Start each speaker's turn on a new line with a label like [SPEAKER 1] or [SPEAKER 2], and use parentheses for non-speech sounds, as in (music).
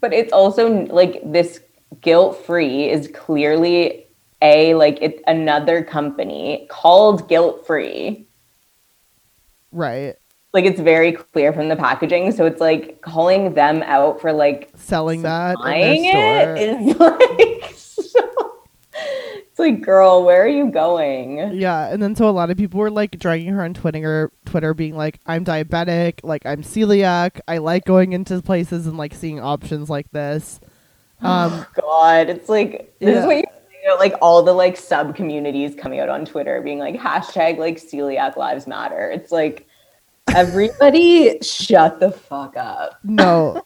[SPEAKER 1] but it's also like this guilt free is clearly a like it's another company called guilt free
[SPEAKER 2] Right.
[SPEAKER 1] like it's very clear from the packaging so it's like calling them out for like
[SPEAKER 2] Selling that in
[SPEAKER 1] buying
[SPEAKER 2] their
[SPEAKER 1] it
[SPEAKER 2] store.
[SPEAKER 1] is (laughs) like so- it's like girl where are you going
[SPEAKER 2] yeah, and then so a lot of people were like dragging her on Twitter, Twitter being like, "I'm diabetic, like I'm celiac, I like going into places and like seeing options like
[SPEAKER 1] (laughs)
[SPEAKER 2] this." Um,
[SPEAKER 1] Oh, god it's like this is
[SPEAKER 2] Yeah.
[SPEAKER 1] what you you know, like all the like sub communities coming out on twitter being like hashtag like celiac lives matter it's like everybody shut the fuck up
[SPEAKER 2] no,